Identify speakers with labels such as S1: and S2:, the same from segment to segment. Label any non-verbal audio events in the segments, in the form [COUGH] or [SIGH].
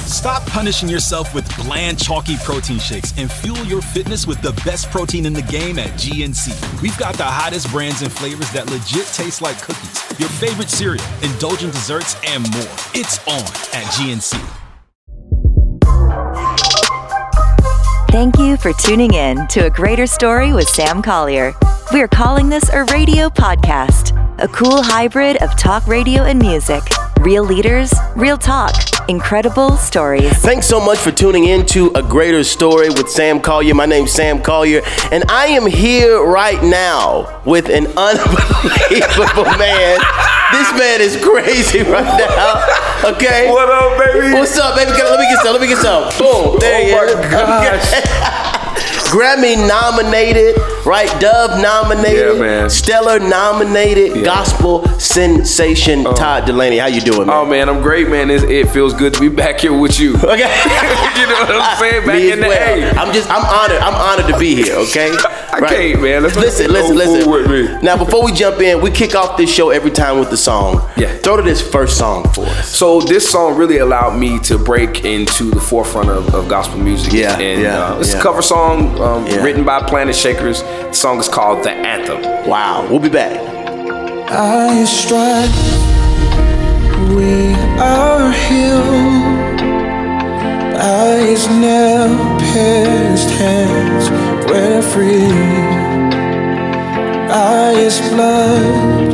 S1: Stop punishing yourself with bland, chalky protein shakes and fuel your fitness with the best protein in the game at GNC. We've got the hottest brands and flavors that legit taste like cookies, your favorite cereal, indulgent desserts, and more. It's on at GNC.
S2: Thank you for tuning in to A Greater Story with Sam Collier. We're calling this a radio podcast, a cool hybrid of talk radio and music. Real leaders, real talk, incredible stories.
S3: Thanks so much for tuning in to A Greater Story with Sam Collier. My name's Sam Collier, and I am here right now with an [LAUGHS] unbelievable man. This man is crazy right now. Okay.
S4: What up, baby?
S3: What's up, baby? Let me get some. Let me get some. Boom. There
S4: Oh
S3: you
S4: my
S3: go. [LAUGHS]
S4: gosh.
S3: Grammy nominated, right? Dove nominated,
S4: Yeah, man.
S3: Stellar nominated,
S4: Yeah.
S3: gospel sensation. Todd Delaney, how you doing, man?
S4: Oh man, I'm great, man. It's, it feels good to be back here with [LAUGHS] you.
S3: Okay. [LAUGHS]
S4: you know what I'm [LAUGHS] saying? Back
S3: Ah, Me
S4: in
S3: as
S4: the
S3: well.
S4: A.
S3: I'm just, I'm honored. I'm honored to be here. Okay.
S4: [LAUGHS] I can't, man. Let's not
S3: listen,
S4: be no
S3: listen,
S4: fool
S3: listen.
S4: with me.
S3: Now, before we jump in, we kick off this show every time with the song.
S4: Yeah.
S3: Throw to this first song for us.
S4: So this song really allowed me to break into the forefront of, of gospel music.
S3: Yeah,
S4: and,
S3: yeah,
S4: uh, it's
S3: yeah.
S4: a cover song um,
S3: Yeah.
S4: written by Planet Shakers. The song is called "The Anthem."
S3: Wow. We'll be back.
S5: I strive, we are healed. Eyes now pierced, hands were free. Eyes blood,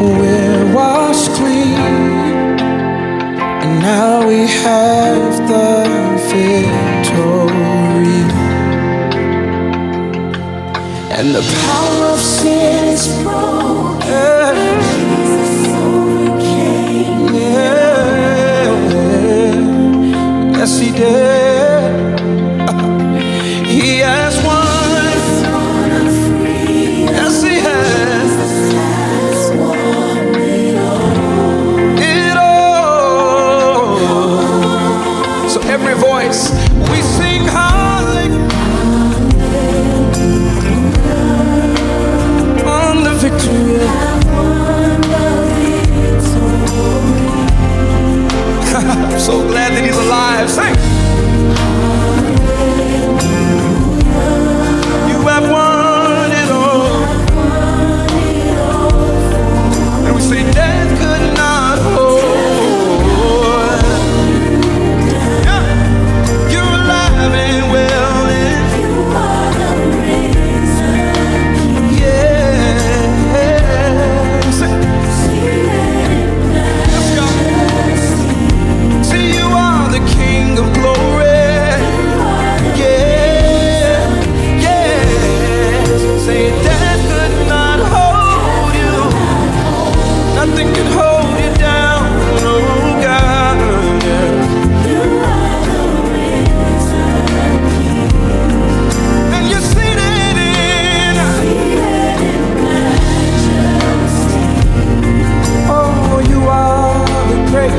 S5: we're washed clean. And now we have the victory. And the power of sin is broken. Yeah. Yes, he did. [LAUGHS] He has won. Yes, he has. It all. So every voice we sing hallelujah. on the victory. [LAUGHS] I'm so glad that he's alive. Sing. You have won it all. And we say death could not hold. Yeah. You're alive and well. And Yeah. Let's go. See, you are the King of glory. Yeah. Yeah. Say that could not hold you. Nothing could hold you down. Oh, God. And you're seated in. Oh, you are the great.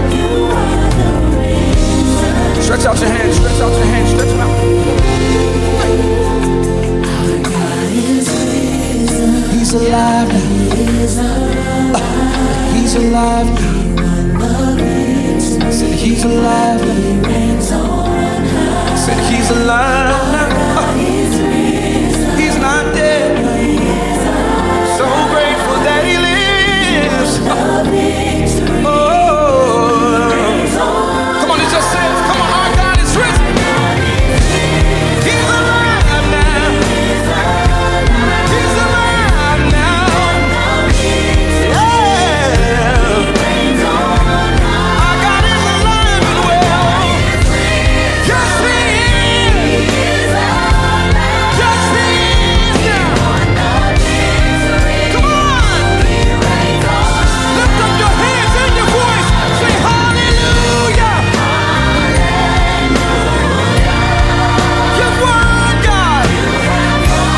S5: Stretch out your hands, stretch out your hands, stretch them out. He's alive now. He's alive now. I Said he's alive now. I Said he's alive now. He's not dead. So grateful that he lives. Oh. Come on, it just says, come on, our God is risen. He's alive now. He's alive now. Yeah. Our God is alive and well. Yes, he is. Yes, he is. Yeah. Come on. Lift up your hands and your voice. Say hallelujah. You've won, God.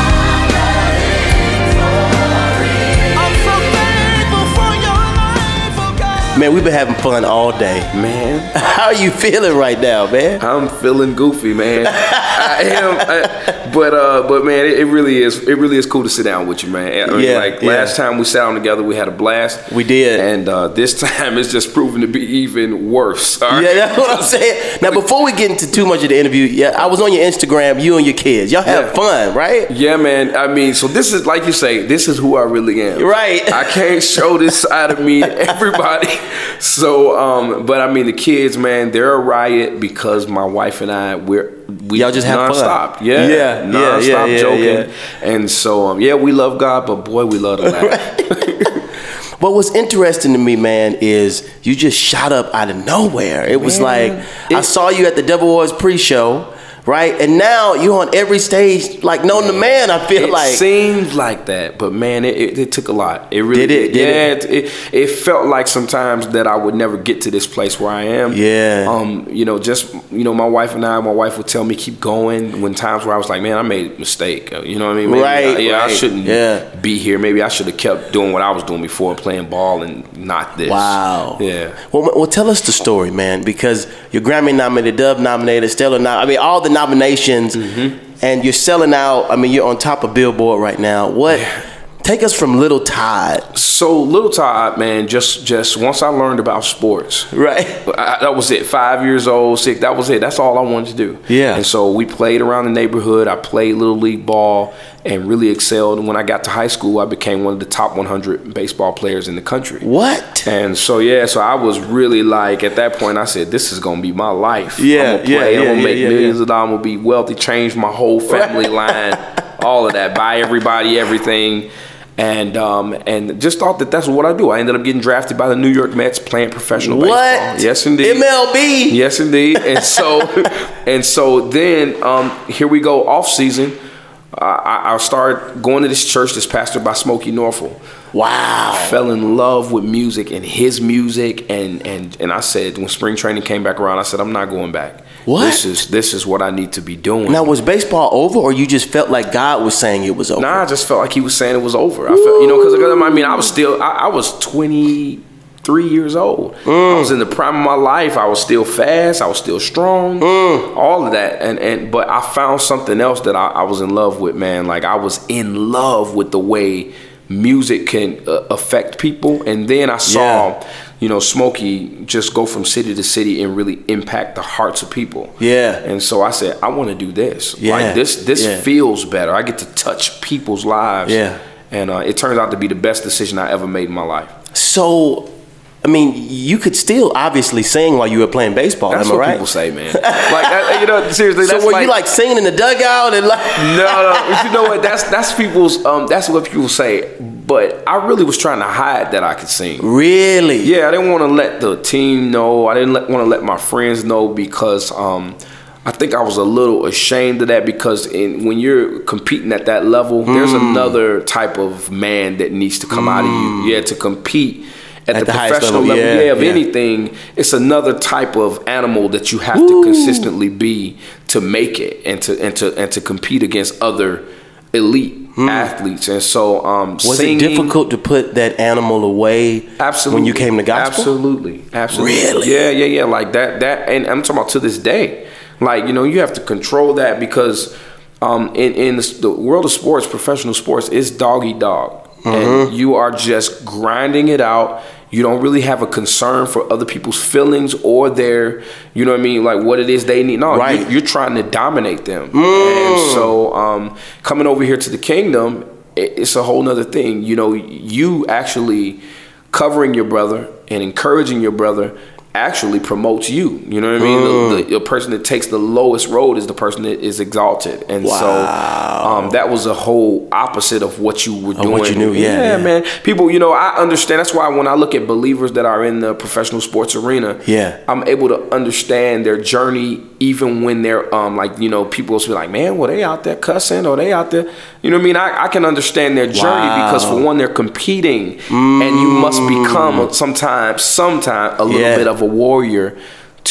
S5: I'm so thankful for your life, oh God.
S3: Man, we've been having fun all day. [LAUGHS]
S4: Man,
S3: How are you feeling right now, man?
S4: I'm feeling goofy, man. I am, I, But uh, but man, it, it really is. It really is cool to sit down with you, man. I mean,
S3: Yeah,
S4: like
S3: yeah.
S4: last time we sat down together, we had a blast.
S3: We did.
S4: and uh, this [LAUGHS] time it's just proven to be even worse. all
S3: Yeah,
S4: right?
S3: that's what I'm saying. Now, before we get into too much of the interview, yeah, I was on your Instagram. You and your kids, y'all have
S4: Yeah.
S3: fun, right?
S4: [LAUGHS] Yeah, man. I mean, so this is like you say, this is who I really am.
S3: Right.
S4: I can't
S3: [LAUGHS]
S4: show this side of me to everybody. So, um, but I mean, the kids, man, they're a riot because my wife and I, we're we
S3: Y'all just have fun.
S4: nonstop. Yeah,
S3: Yeah, yeah, yeah,
S4: nonstop
S3: yeah,
S4: joking.
S3: yeah.
S4: And so, um, yeah, we love God, but boy, we love
S3: [LAUGHS]
S4: to laugh.
S3: But what's interesting to me, man, is you just shot up out of nowhere. It was like I saw you at the Devil Wars pre-show, right? And now you're on every stage, like known the man. I [LAUGHS] feel
S4: it
S3: like
S4: seemed like that, but man, it, it, it took a lot. It really
S3: Did it? Did it?
S4: yeah, it? It, it felt like sometimes that I would never get to this place where I am.
S3: Yeah.
S4: Um, you know, just you know, my wife and I, my wife would tell me keep going. When times where I was like, man, I made a mistake. Uh, You know what I mean? Maybe,
S3: Right,
S4: I, yeah, I
S3: right.
S4: shouldn't
S3: Yeah.
S4: be here. Maybe I should have kept doing what I was doing before, playing ball and not this.
S3: Wow.
S4: Yeah.
S3: Well, ma- well, tell us the story, man, because you're Grammy nominated, Dove nominated, Stellar nom- I mean, all the nominations,
S4: Mm-hmm.
S3: and you're selling out. I mean, you're on top of Billboard right now. What? Take us from Little Todd,
S4: So little Todd, man, just just once I learned about sports,
S3: right?
S4: I, that was it. Five years old, six. That was it. That's all I wanted to do.
S3: Yeah.
S4: And so we played around the neighborhood. I played little league ball and really excelled. And when I got to high school, I became one of the top 100 baseball players in the country.
S3: What?
S4: And so yeah, so I was really like at that point I said this is gonna be my life.
S3: Yeah,
S4: I'm gonna play.
S3: yeah,
S4: I'm
S3: yeah,
S4: gonna make
S3: yeah, yeah,
S4: millions
S3: yeah.
S4: of dollars. I'm gonna be wealthy. Change my
S3: [LAUGHS]
S4: whole family line. All of that. Buy everybody everything. And um, and just thought that that's what I do. I ended up getting drafted by the New York Mets, playing professional
S3: What?
S4: baseball. Yes, indeed.
S3: MLB. [LAUGHS]
S4: Yes, indeed. And so, and so then um, here we go off season. I, I I started going to this church that's pastored by Smokey Norfolk.
S3: Wow.
S4: Fell in love with music and his music, and and and I said when spring training came back around, I said I'm not going back.
S3: What?
S4: This is this is what I need to be doing.
S3: Now, was baseball over, or you just felt like God was saying it was over?
S4: Nah, I just felt like he was saying it was over. I felt, you know, because I mean, I was still, I, I was 23 years old.
S3: Mm.
S4: I was in the prime of my life. I was still fast. I was still strong.
S3: Mm.
S4: All of that, and and but I found something else that I, I was in love with, man. Like I was in love with the way music can uh, affect people, and then I saw
S3: Yeah.
S4: you know, Smokey just go from city to city and really impact the hearts of people.
S3: Yeah.
S4: And so I said, I want to do this.
S3: Yeah.
S4: Like this this
S3: Yeah.
S4: feels better. I get to touch people's lives.
S3: Yeah.
S4: And uh, it turns out to be the best decision I ever made in my life.
S3: So, I mean, you could still obviously sing while you were playing baseball.
S4: That's
S3: Oh, am
S4: what
S3: I right?
S4: people say,
S3: [LAUGHS]
S4: man. like, I, you know, seriously.
S3: So,
S4: that's
S3: were you like singing in the dugout and like?
S4: no, no. But you know what? That's that's people's. Um, that's what people say. But I really was trying to hide that I could sing.
S3: Really?
S4: Yeah, I didn't want to let the team know. I didn't let, want to let my friends know because um, I think I was a little ashamed of that because in, when you're competing at that level, there's
S3: Mm.
S4: another type of man that needs to come out of you. Yeah, to compete. At,
S3: At
S4: the,
S3: the highest
S4: professional level,
S3: level, yeah,
S4: yeah, of
S3: yeah.
S4: anything, it's another type of animal that you have to consistently be to make it and to and to and to compete against other elite athletes. And so, um,
S3: Hmm. Was
S4: singing,
S3: it difficult to put that animal away
S4: Absolutely.
S3: when you came to gospel?
S4: Absolutely. Absolutely.
S3: Really?
S4: Yeah, yeah, yeah. Like that that and I'm talking about to this day. Like, you know, you have to control that because um in, in the world of sports, professional sports, it's dog eat dog.
S3: Mm-hmm.
S4: And you are just grinding it out. You don't really have a concern for other people's feelings or their, you know what I mean, like what it is they need. No,
S3: Right.
S4: you, you're trying to dominate them. And so um, coming over here to the kingdom, it, it's a whole nother thing. You know, you actually covering your brother and encouraging your brother actually promotes you. You know what I mean? The, the, the person that takes the lowest road is the person that is exalted. And so um, that was a whole opposite of what you were
S3: Of
S4: doing.
S3: what you knew, yeah, yeah.
S4: man. People, you know, I understand. That's why when I look at believers that are in the professional sports arena,
S3: Yeah.
S4: I'm able to understand their journey even when they're um like you know people will be like man well they out there cussing or they out there you know what I mean I, I can understand their journey
S3: Wow.
S4: because for one they're competing and you must become sometimes sometime a little
S3: Yeah.
S4: bit of a warrior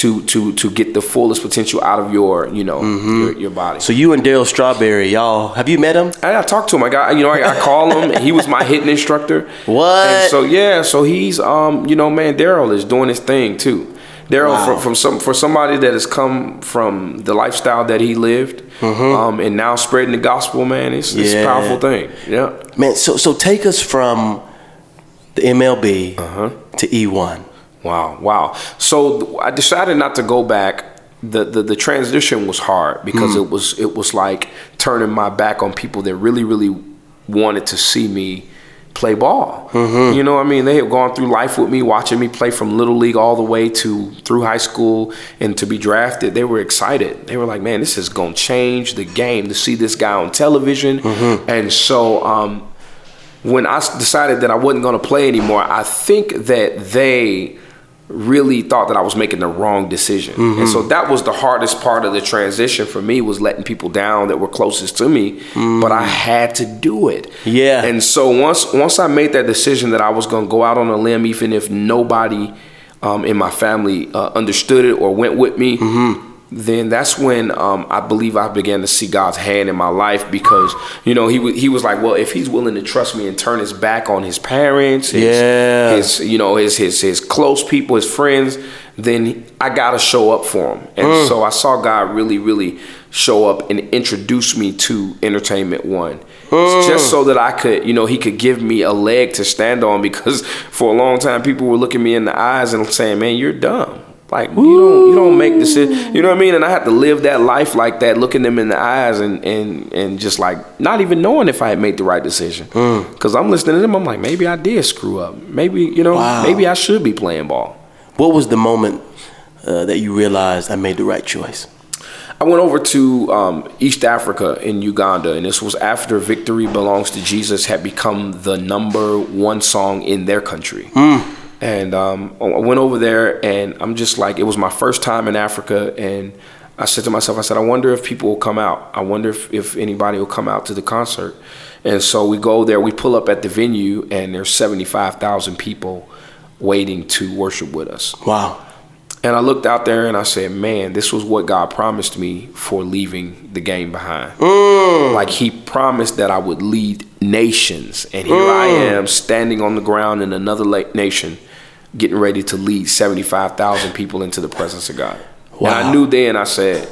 S4: to to to get the fullest potential out of your you know your, your body
S3: Mm-hmm. So you and Daryl Strawberry, y'all, have you met him?
S4: I, I talked to him. I got you know I, I call him. and he was my hitting instructor.
S3: [LAUGHS] What?
S4: And so yeah, so he's um you know man Daryl is doing his thing too. Daryl,
S3: Wow.
S4: from, from some for somebody that has come from the lifestyle that he lived, um, and now spreading the gospel, man, it's, it's a
S3: Mm-hmm. Yeah.
S4: powerful thing. Yeah.
S3: Man, so so take us from the MLB
S4: Uh-huh.
S3: to E E1.
S4: Wow, wow. So th- I decided not to go back. The, the, the transition was hard because it was it was like turning my back on people that really really wanted to see me play ball. You know what I mean? They had gone through life with me, watching me play from little league all the way to through high school and to be drafted. They were excited. They were like, "Man, this is gonna change the game to see this guy on television." And so um, when I s- decided that I wasn't going to play anymore, I think that they really thought that I was making the wrong decision. And so that was the hardest part of the transition for me was letting people down that were closest to me, but I had to do it.
S3: Yeah.
S4: And so once once I made that decision that I was going to go out on a limb even if nobody um, in my family uh, understood it or went with me, then that's when um, I believe I began to see God's hand in my life because you know he wa- he was like, well, if he's willing to trust me and turn his back on his parents, his,
S3: Yeah.
S4: his you know his his his close people, his friends, then I gotta show up for him. And so I saw God really really show up and introduce me to Entertainment One, just so that I could you know he could give me a leg to stand on because [LAUGHS] for a long time people were looking me in the eyes and saying, man, you're dumb. Like you don't you don't make decisions. You know what I mean? And I had to live that life like that, looking them in the eyes and and and just like not even knowing if I had made the right decision. Because I'm listening to them, I'm like, maybe I did screw up. Maybe you know,
S3: Wow.
S4: maybe I should be playing ball.
S3: What was the moment uh, that you realized I made the right choice?
S4: I went over to um, East Africa in Uganda, and this was after "Victory Belongs to Jesus" had become the number one song in their country. And um, I went over there, and I'm just like, it was my first time in Africa, and I said to myself, I said, I wonder if people will come out. I wonder if, if anybody will come out to the concert. And so we go there, we pull up at the venue, and there's 75,000 people waiting to worship with us.
S3: Wow.
S4: And I looked out there and I said, man, this was what God promised me for leaving the game behind.
S3: Mm.
S4: Like, He promised that I would lead nations. And here I
S3: Mm.
S4: am standing on the ground in another la- nation, getting ready to lead 75,000 people into the presence of God. And
S3: Wow.
S4: I knew then, I said,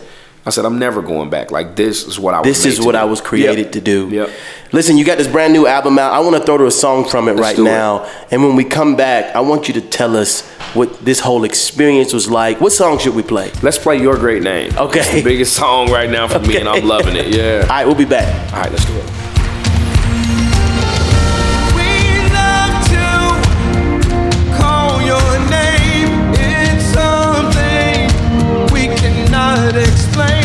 S4: I said, I'm never going back. Like, this is what I was
S3: This
S4: made
S3: is
S4: to
S3: what
S4: do.
S3: I was created
S4: Yep.
S3: to do.
S4: Yep.
S3: Listen, you got this brand new album out. I want to throw to a song from it right
S4: do it.
S3: now. And when we come back, I want you to tell us what this whole experience was like. What song should we play?
S4: Let's play Your Great Name.
S3: Okay.
S4: It's the biggest song right now for me, and I'm loving it.
S3: [LAUGHS]
S4: Yeah.
S3: All right, we'll be back.
S4: All right, let's do it.
S5: We love to call your name. It's something we cannot explain.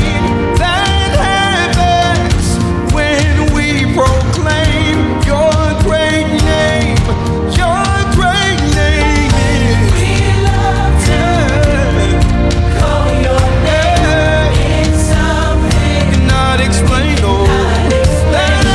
S5: That happens when we proclaim your great name. Your great name is. We love to call your name. It's something cannot explain. Oh, that oh,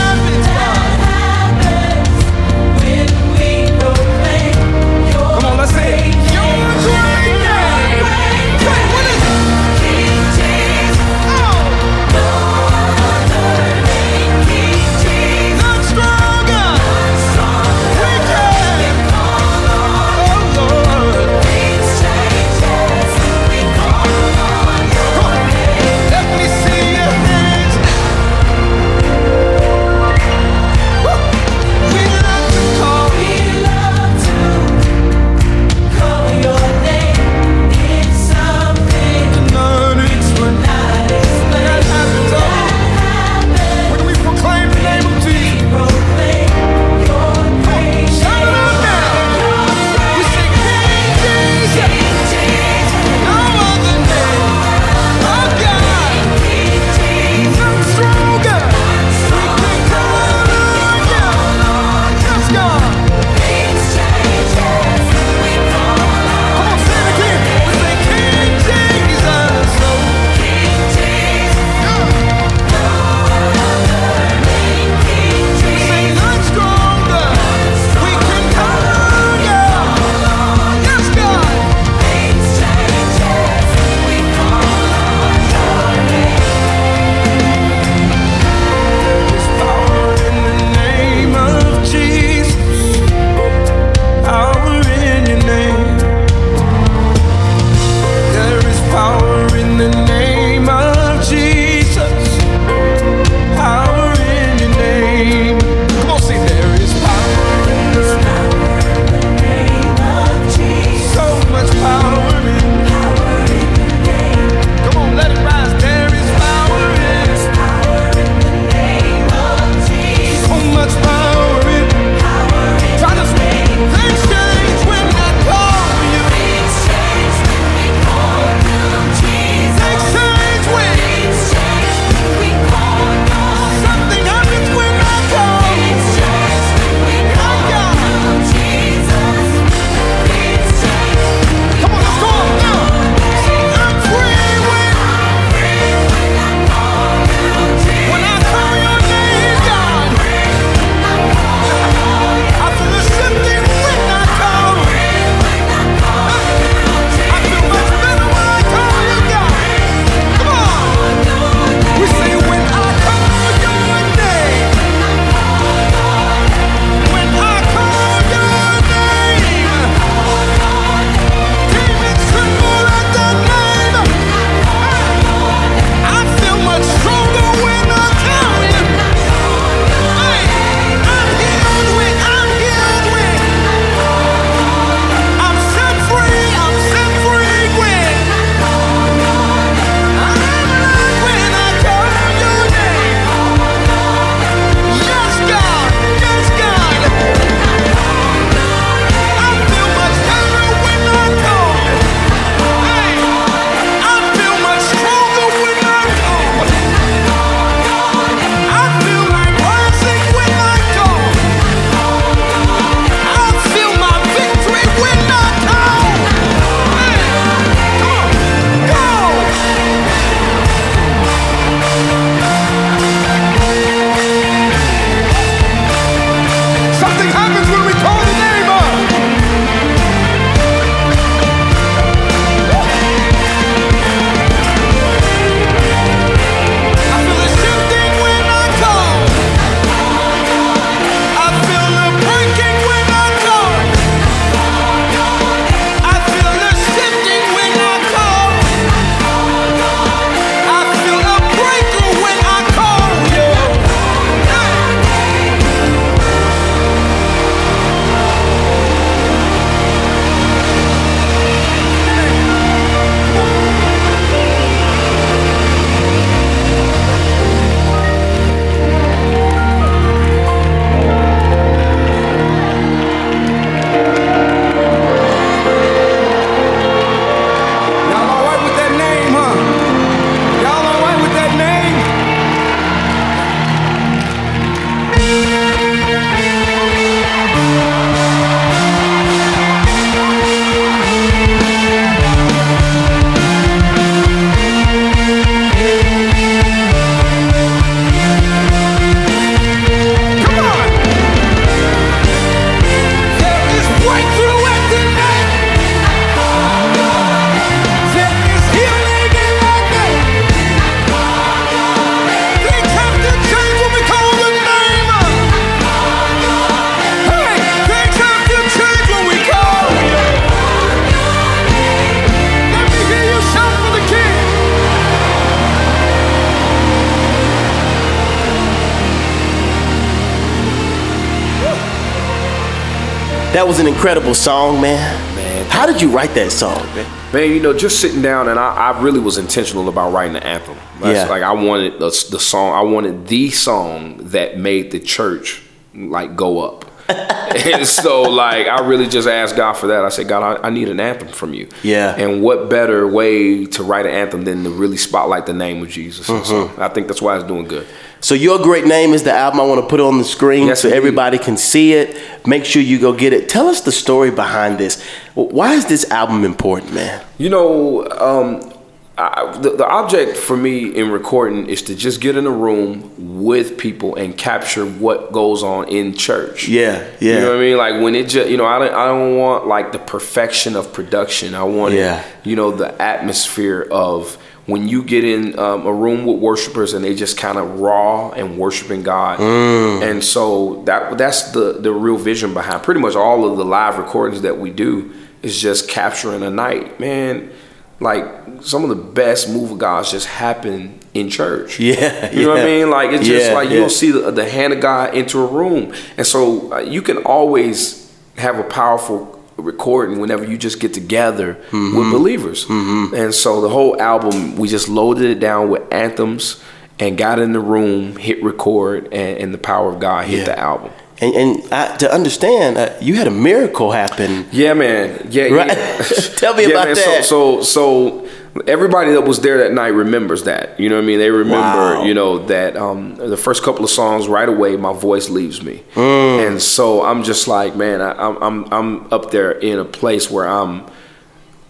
S3: That was an incredible song, man. Man, how did you write that song, man?
S4: Man, you know, just sitting down and I, I really was intentional about writing the anthem. That's
S3: Yeah.
S4: Like I wanted the, the song, I wanted the song that made the church like go
S3: [LAUGHS]
S4: up. and so like I really just asked God for that. I said, God, I, I need an anthem from you.
S3: Yeah.
S4: And what better way to write an anthem than to really spotlight the name of Jesus? And so
S3: Mm-hmm.
S4: I think that's why it's doing good.
S3: So your great name is the album I want to put on the screen
S4: Yes,
S3: so
S4: indeed.
S3: everybody can see it. Make sure you go get it. Tell us the story behind this. Why is this album important, man?
S4: You know, um, I, the, the object for me in recording is to just get in a room with people and capture what goes on in church.
S3: Yeah, yeah.
S4: You know what I mean? Like when it just, you know, I don't, I don't want like the perfection of production. I want,
S3: Yeah.
S4: it, you know, the atmosphere of when you get in um, a room with worshipers and they just kind of raw and worshiping God.
S3: Mm.
S4: And so that that's the the real vision behind pretty much all of the live recordings that we do is just capturing a night, man. Like some of the best move of God's just happen in church.
S3: Yeah,
S4: [LAUGHS] you know what I
S3: yeah.
S4: mean. Like it's just
S3: Yeah,
S4: like
S3: yeah.
S4: you'll see the, the hand of God into a room, and so uh, you can always have a powerful recording whenever you just get together
S3: Mm-hmm.
S4: with believers. And so the whole album, we just loaded it down with anthems and got in the room, hit record, and, and the power of God hit
S3: Yeah.
S4: the album.
S3: And, and I, to understand, uh, you had a miracle happen.
S4: Yeah, man. Yeah,
S3: Right.
S4: [LAUGHS] yeah.
S3: Tell me
S4: Yeah,
S3: about
S4: man.
S3: that.
S4: So, so, so everybody that was there that night remembers that. You know what I mean? They remember.
S3: Wow.
S4: You know that um, the first couple of songs right away, my voice leaves me,
S3: Mm.
S4: and so I'm just like, man, I, I'm I'm I'm up there in a place where I'm.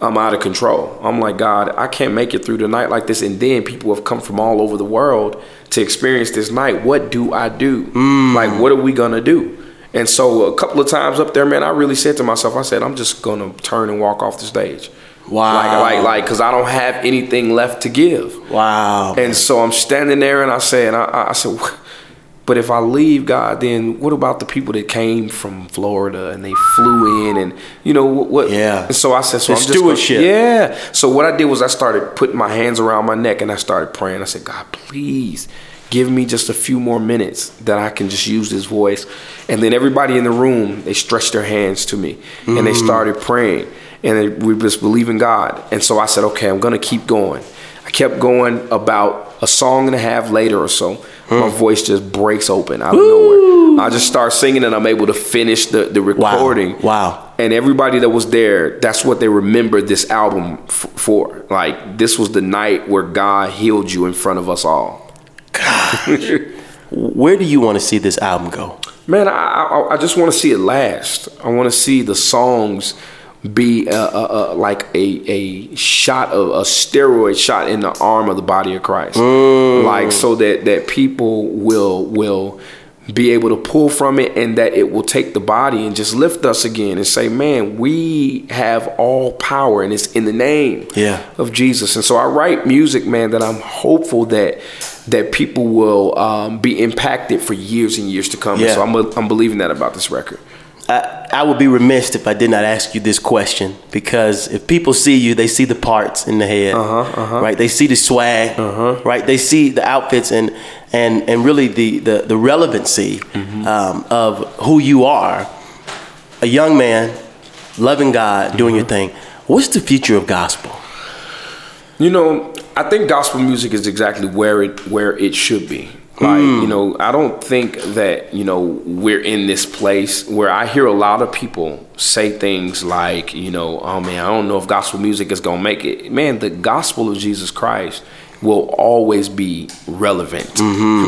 S4: I'm out of control. I'm like, God, I can't make it through the night like this. And then people have come from all over the world to experience this night. What do I do?
S3: Mm.
S4: Like, what are we going to do? And so, a couple of times up there, man, I really said to myself, I said, I'm just going to turn and walk off the stage.
S3: Wow.
S4: Like, like, like, because I don't have anything left to give.
S3: Wow.
S4: And so I'm standing there and I said, I- I, I said, "Wh- but if I leave God, then what about the people that came from Florida and they flew in and you know what? what
S3: Yeah.
S4: And so I said, so
S3: The
S4: I'm just gonna-
S3: stewardship.
S4: yeah. So what I did was I started putting my hands around my neck and I started praying. I said, God, please give me just a few more minutes that I can just use this voice. And then everybody in the room, they stretched their hands to me and they started praying and they, we just believe in God. And so I said, okay, I'm going to keep going. I kept going about a song and a half later or so. My voice just breaks open out of nowhere. I just start singing and I'm able to finish the, the recording
S3: Wow.
S4: and everybody that was there that's what they remember this album f- for like this was the night where god healed you in front of us all
S3: Where do you want to see this album go?
S4: man i, I, I just want to see it last i want to see the songs be uh, uh, uh, like a, a shot of a steroid shot in the arm of the body of christ like so that that people will will be able to pull from it and that it will take the body and just lift us again and say man we have all power and it's in the name
S3: Yeah.
S4: of Jesus. And so I write music, man, that I'm hopeful that that people will um, be impacted for years and years to come. And
S3: Yeah.
S4: so I'm, I'm believing that about this record.
S3: I, I would be remiss if I did not ask you this question because if people see you, they see the parts in the head, right? They see the swag, right? They see the outfits and and and really the the, the relevancy um, of who you are, a young man, loving God, doing your thing. What's the future of gospel?
S4: You know, I think gospel music is exactly where it where it should be. Like, you know, I don't think that, you know, we're in this place where I hear a lot of people say things like, you know, oh man, I don't know if gospel music is going to make it. Man, the gospel of Jesus Christ will always be relevant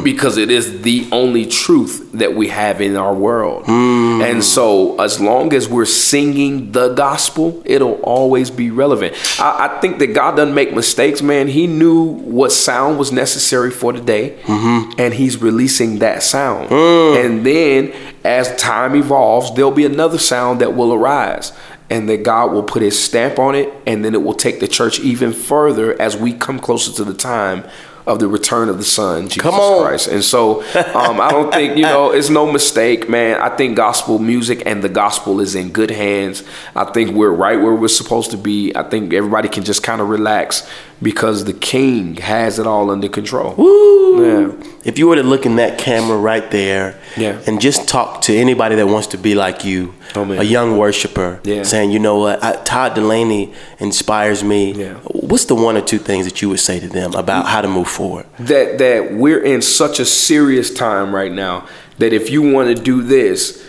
S4: because it is the only truth that we have in our world. And so, as long as we're singing the gospel, it'll always be relevant. I, I think that God doesn't make mistakes, man. He knew what sound was necessary for today, and He's releasing that sound. And then, as time evolves, there'll be another sound that will arise and that God will put his stamp on it and then it will take the church even further as we come closer to the time of the return of the Son, Jesus
S3: Come on.
S4: Christ. And so um, I don't think, you know, it's no mistake, man. I think gospel music and the gospel is in good hands. I think we're right where we're supposed to be. I think everybody can just kind of relax because the King has it all under control. Woo! Yeah.
S3: If you were to look in that camera right there
S4: Yeah.
S3: and just talk to anybody that wants to be like you,
S4: Oh, man.
S3: a young worshiper,
S4: Yeah.
S3: saying, you know what, I, Todd Delaney inspires me,
S4: Yeah.
S3: what's the one or two things that you would say to them about how to move forward?
S4: that that we're in such a serious time right now that if you want to do this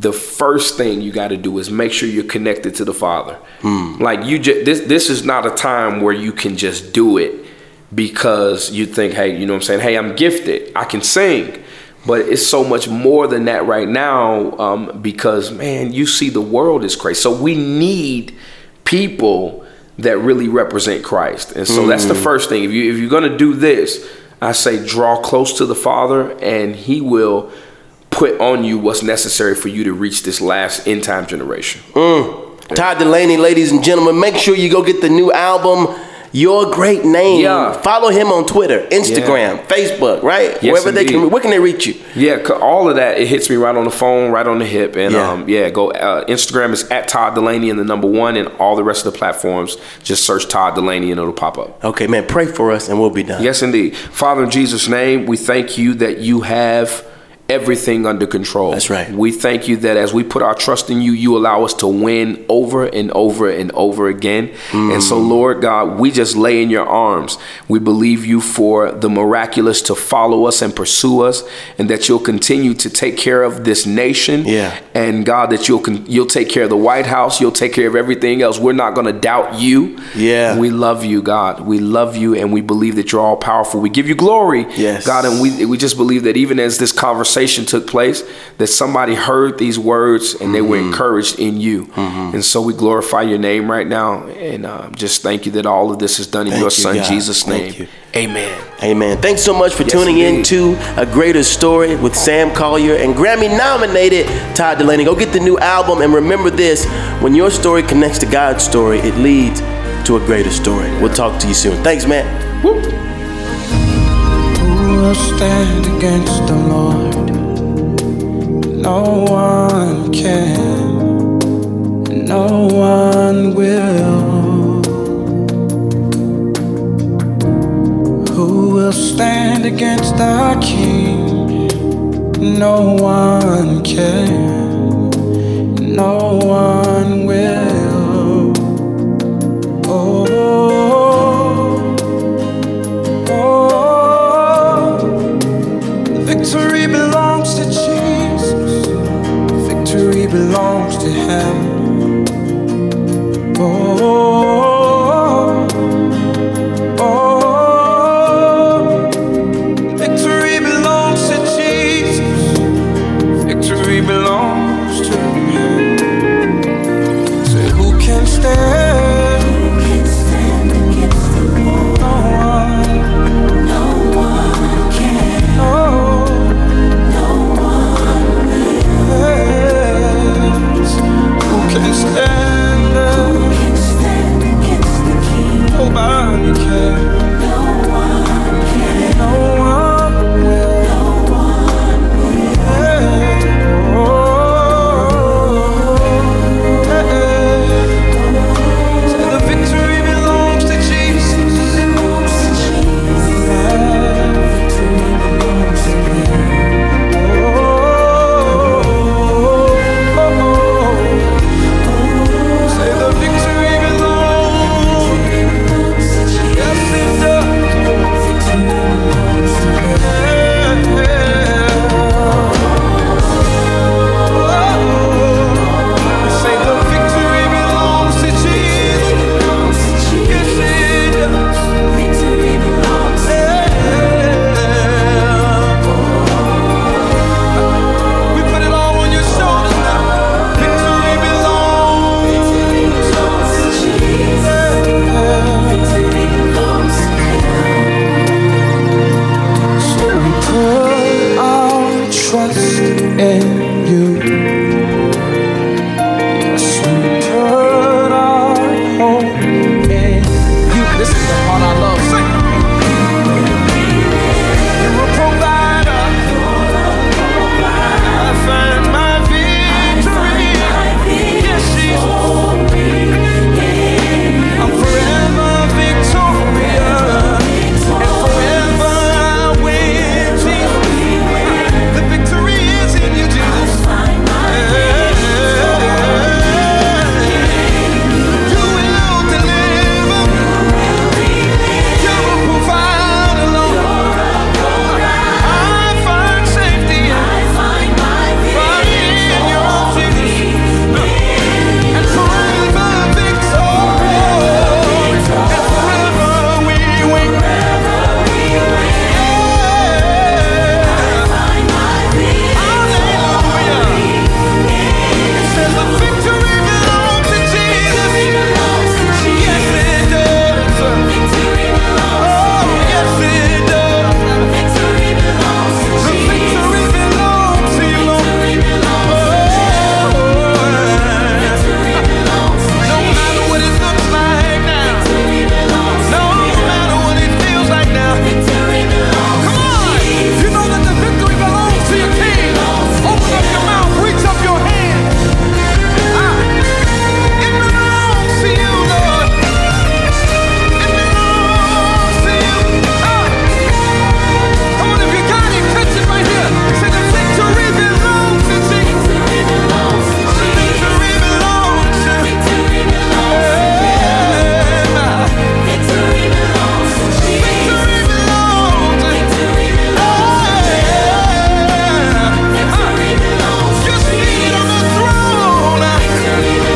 S4: the first thing you got to do is make sure you're connected to the father like you just this this is not a time where you can just do it because you think hey you know what i'm saying hey i'm gifted i can sing but it's so much more than that right now um, because man you see the world is crazy so we need people that really represent Christ. And so that's the first thing. If you if you're gonna do this, I say draw close to the Father, and He will put on you what's necessary for you to reach this last end time generation.
S3: Todd Delaney, ladies and gentlemen, make sure you go get the new album, Your Great Name.
S4: Yeah.
S3: Follow him on Twitter, Instagram, Facebook, right?
S4: Yes,
S3: Wherever they
S4: indeed.
S3: can, where can they reach you?
S4: Yeah, 'cause all of that it hits me right on the phone, right on the hip, and
S3: Yeah.
S4: yeah, um, yeah go. Uh, Instagram is at Todd Delaney and the number one, and all the rest of the platforms. Just search Todd Delaney and it'll pop up.
S3: Okay, man, pray for us and we'll be done.
S4: Yes, indeed. Father, in Jesus' name, we thank you that you have everything under control.
S3: That's right.
S4: We thank you that as we put our trust in you, you allow us to win over and over and over again.
S3: Mm.
S4: And so, Lord God, we just lay in your arms. We believe you for the miraculous to follow us and pursue us, and that you'll continue to take care of this nation
S3: Yeah.
S4: and God, that you'll con- you'll take care of the White House, you'll take care of everything else. We're not going to doubt you.
S3: Yeah.
S4: we love you, God. We love you, and we believe that you're all powerful. We give you glory,
S3: Yes.
S4: God, and we we just believe that even as this conversation took place, that somebody heard these words and they were
S3: Mm-hmm.
S4: encouraged in you, and so we glorify your name right now, and um, just thank you that all of this is done in
S3: Thank
S4: your
S3: you,
S4: Son
S3: God.
S4: Jesus'
S3: Thank
S4: name.
S3: you.
S4: Amen.
S3: Amen. Thanks so much for tuning in
S4: indeed.
S3: to A Greater Story with Sam Collier and Grammy nominated Todd Delaney. Go get the new album and remember this when your story connects to God's story, it leads to a greater story. We'll talk to you soon. Thanks, man.
S5: Who will stand against the Lord? No one can, no one will. Who will stand against our King? No one can, no one will. Oh. Oh, victory belongs to Jesus. Victory belongs to Him. Oh, oh, victory belongs to Jesus. Victory belongs to Him. So who can stand? No one. Who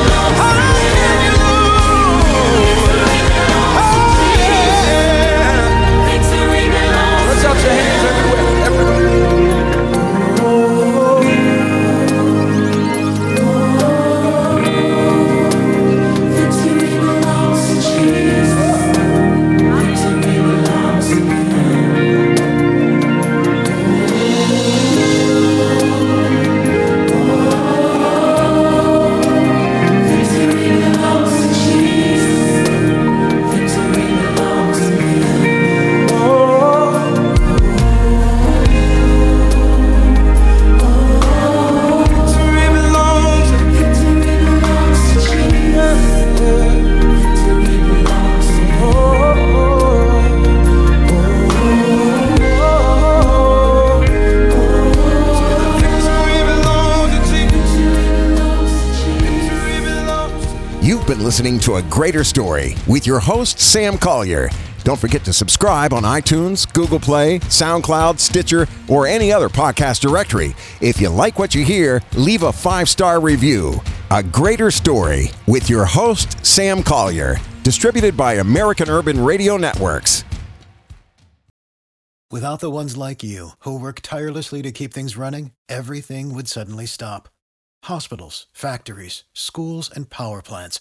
S5: Oh, Ah. Ah.
S6: listening to A Greater Story with your host, Sam Collier. Don't forget to subscribe on iTunes, Google Play, SoundCloud, Stitcher, or any other podcast directory. If you like what you hear, leave a five star review. A Greater Story with your host, Sam Collier. Distributed by American Urban Radio Networks.
S7: Without the ones like you, who work tirelessly to keep things running, everything would suddenly stop. Hospitals, factories, schools, and power plants,